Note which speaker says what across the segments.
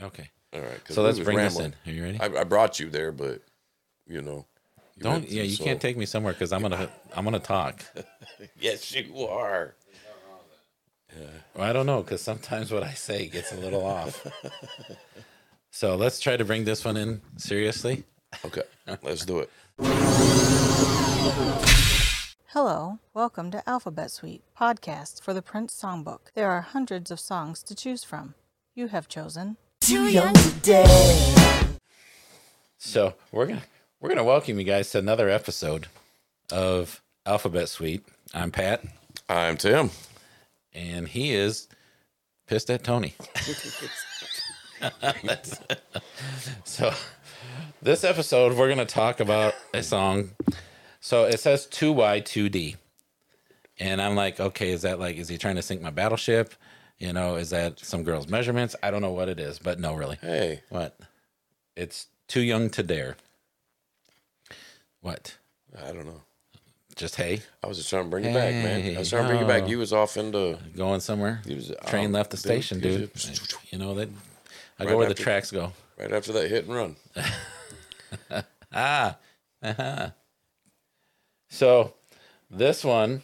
Speaker 1: Okay.
Speaker 2: All right. 'cause
Speaker 1: So
Speaker 2: we
Speaker 1: let's
Speaker 2: was
Speaker 1: bring this
Speaker 2: rambling.
Speaker 1: in. Are you ready?
Speaker 2: I, I brought you there, but you know. you
Speaker 1: Don't.
Speaker 2: went-
Speaker 1: Yeah, you
Speaker 2: so-
Speaker 1: can't take me somewhere because I'm gonna. I'm gonna talk.
Speaker 2: Yes, you are.
Speaker 1: I don't know because sometimes what I say gets a little off. So let's try to bring this one in seriously.
Speaker 2: Okay, let's do it.
Speaker 3: Hello, welcome to Alphabet Suite, podcast for the Prince Songbook. There are hundreds of songs to choose from. You have chosen
Speaker 1: So we're gonna we're gonna welcome you guys to another episode of Alphabet Suite. I'm Pat,
Speaker 2: I'm Tim.
Speaker 1: and he is pissed at Tony. That's- so this episode we're gonna talk about a song. So it says two Y two D. And I'm like, okay, is that like is he trying to sink my battleship? You know, is that some girl's measurements? I don't know what it is, but no really.
Speaker 2: Hey,
Speaker 1: What? It's too young to dare. What?
Speaker 2: I don't know.
Speaker 1: Just hey,
Speaker 2: I was just trying to bring you back, man. I was
Speaker 1: Hey,
Speaker 2: trying to bring you back.
Speaker 1: no.
Speaker 2: You was off into
Speaker 1: going somewhere?
Speaker 2: He was-
Speaker 1: Train
Speaker 2: um,
Speaker 1: left the
Speaker 2: dude,
Speaker 1: station,
Speaker 2: he
Speaker 1: dude.
Speaker 2: was just-
Speaker 1: You know that. I
Speaker 2: Right
Speaker 1: go where the
Speaker 2: after-
Speaker 1: tracks go.
Speaker 2: right after that hit and run.
Speaker 1: So this one,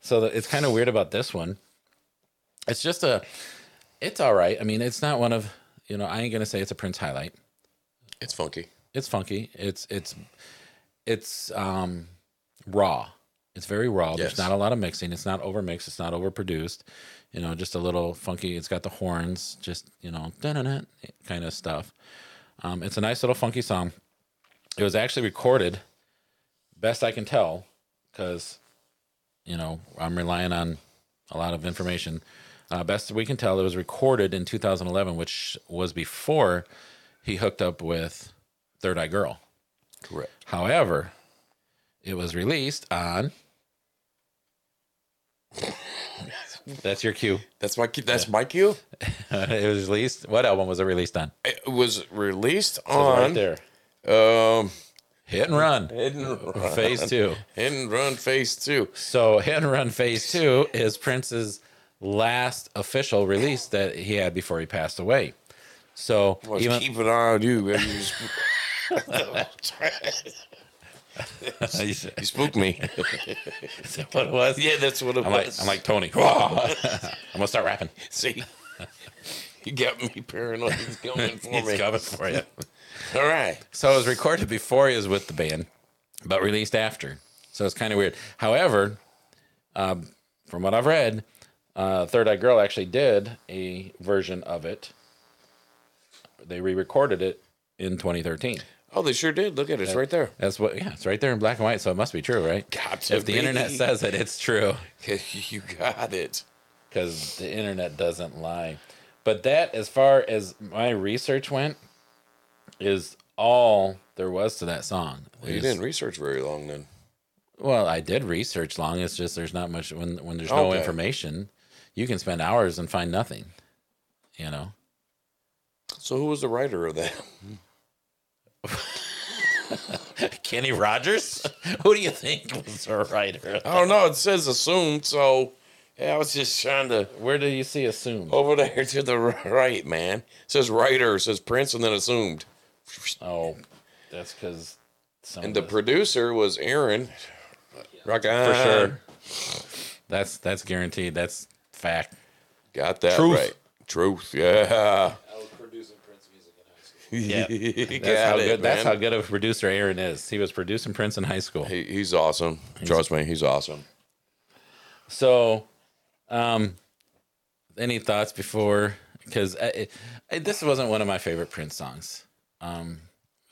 Speaker 1: so the, it's kind of weird about this one. It's just a, it's all right. I mean, it's not one of you know. I ain't gonna say it's a Prince highlight.
Speaker 2: It's funky.
Speaker 1: It's funky. It's it's it's um raw. It's very raw.
Speaker 2: Yes.
Speaker 1: There's not a lot of mixing. It's not overmixed. It's not overproduced. You know, just a little funky. It's got the horns, just you know, dun-dun-dun kind of stuff. Um, it's a nice little funky song. It was actually recorded, best I can tell, because you know I'm relying on a lot of information. Uh, best we can tell, it was recorded in 2011, which was before he hooked up with Third Eye Girl.
Speaker 2: Correct.
Speaker 1: However, it was released on. That's your cue.
Speaker 2: That's my cue. That's my cue.
Speaker 1: it was released. What album was it released on?
Speaker 2: It was released
Speaker 1: It was
Speaker 2: on
Speaker 1: right there.
Speaker 2: um
Speaker 1: Hit and Run,
Speaker 2: hit and run.
Speaker 1: Phase Two.
Speaker 2: Hit and run phase two.
Speaker 1: So Hit and Run Phase Two is Prince's last official release that he had before he passed away. So
Speaker 2: Was
Speaker 1: even
Speaker 2: keep an eye on you. man. You sp-
Speaker 1: is
Speaker 2: you spooked me.
Speaker 1: that what it was?
Speaker 2: yeah, that's what it
Speaker 1: I'm like
Speaker 2: was.
Speaker 1: I'm like Tony. I'm gonna start rapping.
Speaker 2: see, you got me paranoid. He's coming for me.
Speaker 1: It's coming for you.
Speaker 2: All right.
Speaker 1: So it was recorded before he was with the band, but released after. So it's kind of weird. However, um, from what I've read, uh, Third Eye Girl actually did a version of it. They re-recorded it in 2013.
Speaker 2: Oh, they sure did. Look at it. It's right there.
Speaker 1: That's what. Yeah, it's right there in black and white, so it must be true, right?
Speaker 2: Got to
Speaker 1: if the
Speaker 2: be.
Speaker 1: internet says it, it's true
Speaker 2: you got it.
Speaker 1: because the internet doesn't lie. But that, as far as my research went, is all there was to that song.
Speaker 2: You
Speaker 1: Is-
Speaker 2: didn't research very long then.
Speaker 1: Well, I did research long. It's just there's not much when when there's no
Speaker 2: Okay.
Speaker 1: information, you can spend hours and find nothing. You know,
Speaker 2: So who was the writer of that?
Speaker 1: Kenny Rogers. Who do you think was a writer?
Speaker 2: I don't know. Oh, It says assumed. So yeah, I was just trying to
Speaker 1: Where do you see assumed?
Speaker 2: over there to the right, man. It says writer. It says Prince, and then assumed.
Speaker 1: Oh, that's because some
Speaker 2: And the
Speaker 1: of us-
Speaker 2: producer was Aaron. Rock on.
Speaker 1: for sure. That's that's guaranteed. That's fact.
Speaker 2: Got that
Speaker 1: Truth.
Speaker 2: right. Truth. Yeah.
Speaker 1: Yeah,
Speaker 2: He
Speaker 1: that's how
Speaker 2: got it,
Speaker 1: good. That's how
Speaker 2: man.
Speaker 1: good of a producer Aaron is. He was producing Prince in high school.
Speaker 2: He, he's awesome. Trust me, he's awesome.
Speaker 1: So, um, any thoughts before? Because this wasn't one of my favorite Prince songs. Um,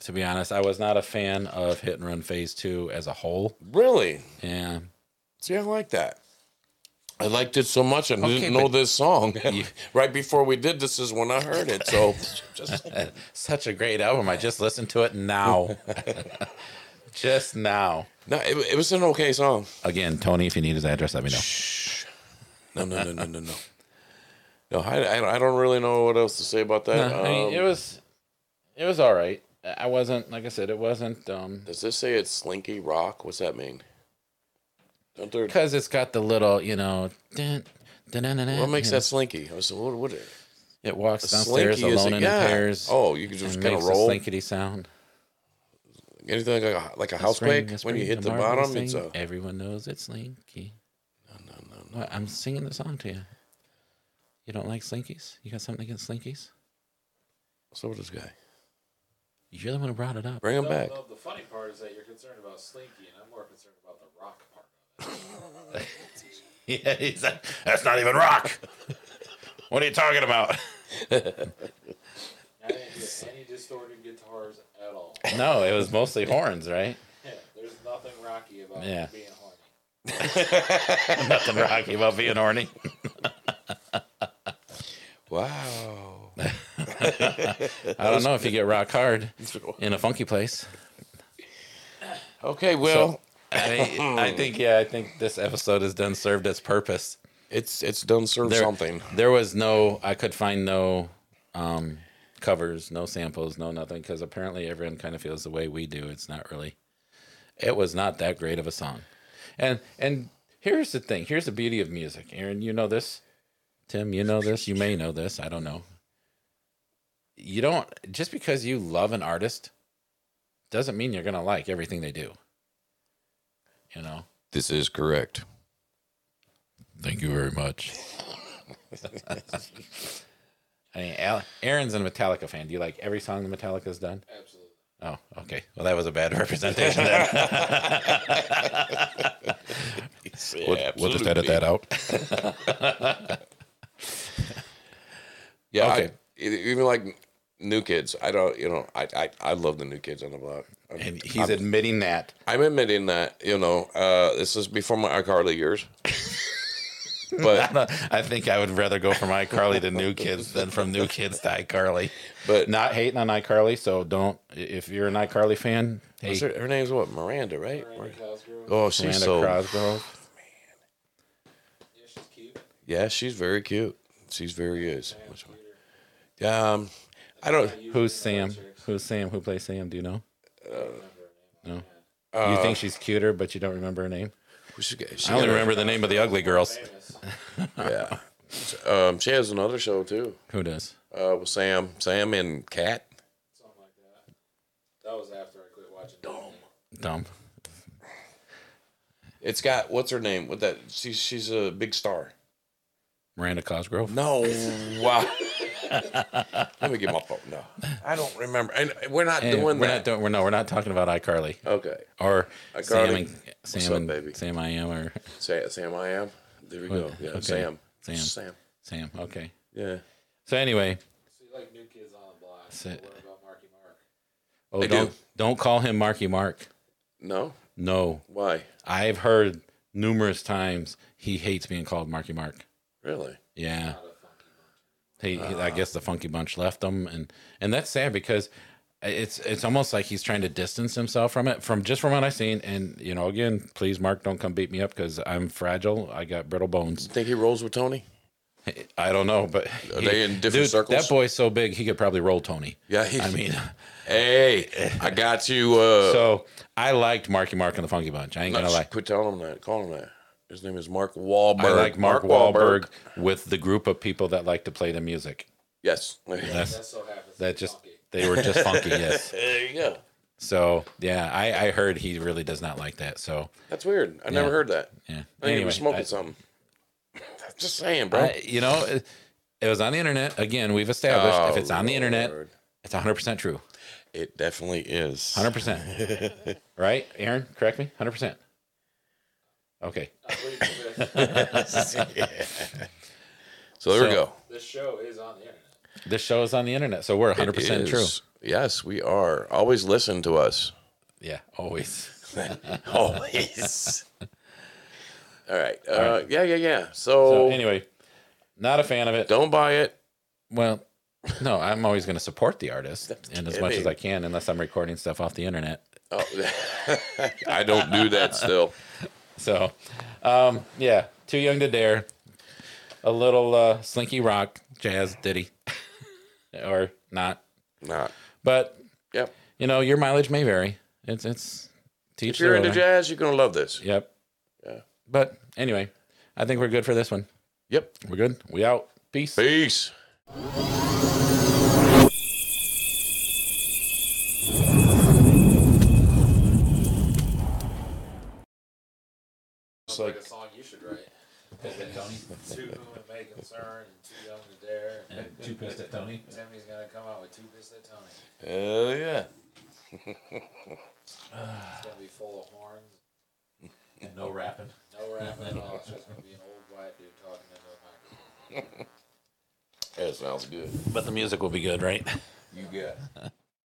Speaker 1: to be honest, I was not a fan of Hit and Run Phase Two as a whole.
Speaker 2: Really?
Speaker 1: Yeah,
Speaker 2: See, I like that. I liked it so much, I
Speaker 1: Okay,
Speaker 2: didn't know
Speaker 1: but-
Speaker 2: this song. right before we did this is when I heard it. So, just
Speaker 1: such a great album. I just listened to it now, just now.
Speaker 2: no, it, it was an okay song.
Speaker 1: Again, Tony, if you need his address, let me know.
Speaker 2: No, no, no, no, no, no. No, I, I, I don't really know what else to say about that.
Speaker 1: I mean, it
Speaker 2: Um,
Speaker 1: was, it was all right. I I wasn't like I said, it wasn't um
Speaker 2: does this say it's Slinky Rock? What's that mean? Don't there,
Speaker 1: because it's got the little you know. Dun, dun, dun, dun,
Speaker 2: what
Speaker 1: dun,
Speaker 2: makes
Speaker 1: you know.
Speaker 2: that Slinky? I was what, what,
Speaker 1: It walks
Speaker 2: The
Speaker 1: downstairs
Speaker 2: slinky is
Speaker 1: alone
Speaker 2: a-
Speaker 1: in
Speaker 2: yeah.
Speaker 1: pairs.
Speaker 2: Oh, you can just
Speaker 1: and
Speaker 2: kinda
Speaker 1: makes a
Speaker 2: roll.
Speaker 1: slinkety sound.
Speaker 2: Anything like a, like a
Speaker 1: A spring,
Speaker 2: housequake
Speaker 1: a
Speaker 2: when you
Speaker 1: spring,
Speaker 2: hit the
Speaker 1: tomorrow
Speaker 2: bottom,
Speaker 1: we'll
Speaker 2: it's
Speaker 1: sing.
Speaker 2: a
Speaker 1: Everyone knows it's slinky. No, no, no, What, I'm singing the song to you. You don't like slinkies? You got something against slinkies?
Speaker 2: so what is this guy?
Speaker 1: You're the one who brought it up.
Speaker 2: Bring him
Speaker 4: No,
Speaker 2: back.
Speaker 4: no, the funny part is that you're concerned about Slinky, and I'm more concerned about the rock part.
Speaker 1: Yeah, he's like, that's not even rock. what are you talking about?
Speaker 4: I didn't hear any distorted guitars at all.
Speaker 1: No, it was mostly horns, right?
Speaker 4: Yeah, there's nothing rocky about
Speaker 1: Yeah.
Speaker 4: being horny.
Speaker 1: Nothing rocky about being horny.
Speaker 2: Wow.
Speaker 1: I don't know if you get rock hard in a funky place.
Speaker 2: okay, well,
Speaker 1: I, I think, yeah, I think this episode has done served its purpose.
Speaker 2: it's it's done served
Speaker 1: there,
Speaker 2: something.
Speaker 1: There was no, I could find no um, covers, no samples, no nothing, because apparently everyone kind of feels the way we do. It's not really, it was not that great of a song. And and here's the thing. Here's the beauty of music, Aaron. You know this, Tim. You know this. You may know this. I don't know. You don't just because you love an artist doesn't mean you're gonna like everything they do. You know.
Speaker 2: This is correct.
Speaker 1: Thank you very much. I mean, Al- Aaron's a Metallica fan. Do you like every song that Metallica's done?
Speaker 4: Absolutely.
Speaker 1: Oh, okay. Well, that was a bad representation then.
Speaker 2: Yeah,
Speaker 1: out.
Speaker 2: Yeah. I-
Speaker 1: Okay.
Speaker 2: e- even like new kids, I don't. You know, I I, I love the new kids on the block. I'm,
Speaker 1: And he's admitting that.
Speaker 2: I'm admitting that. You know, uh, this is before my iCarly years. but
Speaker 1: I think I would rather go from iCarly to New Kids than from New Kids to iCarly.
Speaker 2: but
Speaker 1: Not hating on iCarly, so don't. If you're an iCarly fan, hey,
Speaker 2: is her, her name's what Miranda, right?
Speaker 4: Randy Cosgrove,
Speaker 2: Oh,
Speaker 1: Miranda
Speaker 2: she's so
Speaker 1: Cosgrove.
Speaker 4: yeah, she's cute.
Speaker 2: yeah, she's very cute. She's very is. Which one? Yeah, Um, I don't.
Speaker 1: Who's Sam? Who's Sam? Who plays Sam? Do you know? No. you think she's cuter, but you don't remember her name?
Speaker 2: She, she
Speaker 1: uh, I only remember the name of the ugly girls.
Speaker 2: Yeah. Um, she has another show too
Speaker 1: Who does?
Speaker 2: uh, with Sam, Sam and Kat.
Speaker 4: Something like that. That was after I quit watching. Disney.
Speaker 1: Dumb.
Speaker 2: It's got what's her name? What that? She's she's a big star.
Speaker 1: Miranda Cosgrove.
Speaker 2: No, wow. Let me get my phone. No, I don't remember. And we're not
Speaker 1: Hey,
Speaker 2: doing
Speaker 1: Eh, we're
Speaker 2: that.
Speaker 1: not doing. We're no. We're not talking about iCarly
Speaker 2: okay,
Speaker 1: or
Speaker 2: iCarly.
Speaker 1: Sam and Sam
Speaker 2: up,
Speaker 1: and
Speaker 2: baby?
Speaker 1: Sam I am or
Speaker 2: Sam, Sam, I am. There we go.
Speaker 1: What?
Speaker 2: Yeah,
Speaker 1: Okay.
Speaker 2: Sam.
Speaker 1: Sam.
Speaker 2: Sam.
Speaker 1: Sam. Okay.
Speaker 2: Yeah.
Speaker 1: So anyway,
Speaker 4: So you like new kids on the block.
Speaker 1: So-
Speaker 4: but What about Marky Mark?
Speaker 1: oh,
Speaker 2: I do.
Speaker 1: don't don't call him Marky Mark.
Speaker 2: No.
Speaker 1: No,
Speaker 2: Why?
Speaker 1: I've heard numerous times he hates being called Marky Mark.
Speaker 2: Really?
Speaker 1: Yeah. He, he- I guess the funky bunch left him, and and that's sad because it's it's almost like he's trying to distance himself from it, from just from what I've seen. And you know, again, please, Mark, don't come beat me up because I'm fragile. I got brittle bones.
Speaker 2: Think he rolls with Tony?
Speaker 1: I don't know, but
Speaker 2: Are they in different circles?
Speaker 1: That boy's so big, he could probably roll Tony.
Speaker 2: Yeah. He,
Speaker 1: I mean,
Speaker 2: hey, I got you. Uh,
Speaker 1: so I liked Marky Mark and the Funky Bunch. I ain't gonna lie.
Speaker 2: Quit telling him that. Call him that. His name is Mark Wahlberg.
Speaker 1: I like Mark, Wahlberg, with the group of people that like to play the music.
Speaker 2: Yes.
Speaker 1: That's
Speaker 4: That so happens. to
Speaker 1: that
Speaker 4: be
Speaker 1: just
Speaker 4: funky.
Speaker 1: they were just funky. Yes.
Speaker 2: There you go.
Speaker 1: So yeah, I, I heard he really does not like that. So
Speaker 2: That's weird. I never
Speaker 1: Yeah.
Speaker 2: heard that.
Speaker 1: yeah.
Speaker 2: I think he was smoking
Speaker 1: I-
Speaker 2: something. Just saying, bro.
Speaker 1: I- you know, it, it was on the internet. Again, we've established if
Speaker 2: Oh,
Speaker 1: it's on the internet,
Speaker 2: Lord.
Speaker 1: it's 100 percent true.
Speaker 2: It definitely is.
Speaker 1: 100 percent, right? Aaron, correct me. 100 percent. Okay.
Speaker 4: I believe that
Speaker 2: So there
Speaker 1: So-
Speaker 2: we go.
Speaker 4: This show is on the internet.
Speaker 1: This show is on the internet, so we're 100 percent
Speaker 2: It
Speaker 1: true.
Speaker 2: is- Yes, we are. Always listen to us.
Speaker 1: Yeah, always.
Speaker 2: Always. All right. Uh, yeah, yeah, yeah. So,
Speaker 1: So anyway, not a fan of it.
Speaker 2: don't buy it.
Speaker 1: Well, no, I'm always going to support the artist, and as much as
Speaker 2: kidding.
Speaker 1: I can, unless I'm recording stuff off the internet.
Speaker 2: Oh, I don't do that still.
Speaker 1: So, um, yeah, too young to dare. A little uh, slinky rock, jazz ditty, or not.
Speaker 2: Not.
Speaker 1: But
Speaker 2: Yep.
Speaker 1: you know, your mileage may vary. It's it's teach
Speaker 2: If you're
Speaker 1: their
Speaker 2: into
Speaker 1: own.
Speaker 2: jazz, you're gonna love this.
Speaker 1: Yep.
Speaker 2: Yeah.
Speaker 1: But anyway, I think we're good for this one.
Speaker 2: Yep.
Speaker 1: We're good. We out. Peace.
Speaker 2: Peace. It's
Speaker 1: like
Speaker 2: like
Speaker 1: a song you should write. Too whom it may concern, and too young to dare.
Speaker 5: And two pissed at Tony.
Speaker 1: Timmy's gonna come out with two bits at Tony.
Speaker 2: hell yeah.
Speaker 1: It's gonna be full of horns,
Speaker 5: And no rapping.
Speaker 1: no rap at all. It's just gonna be an old white dude talking into a microphone.
Speaker 2: That sounds good.
Speaker 5: But the music will be good, right?
Speaker 2: You got.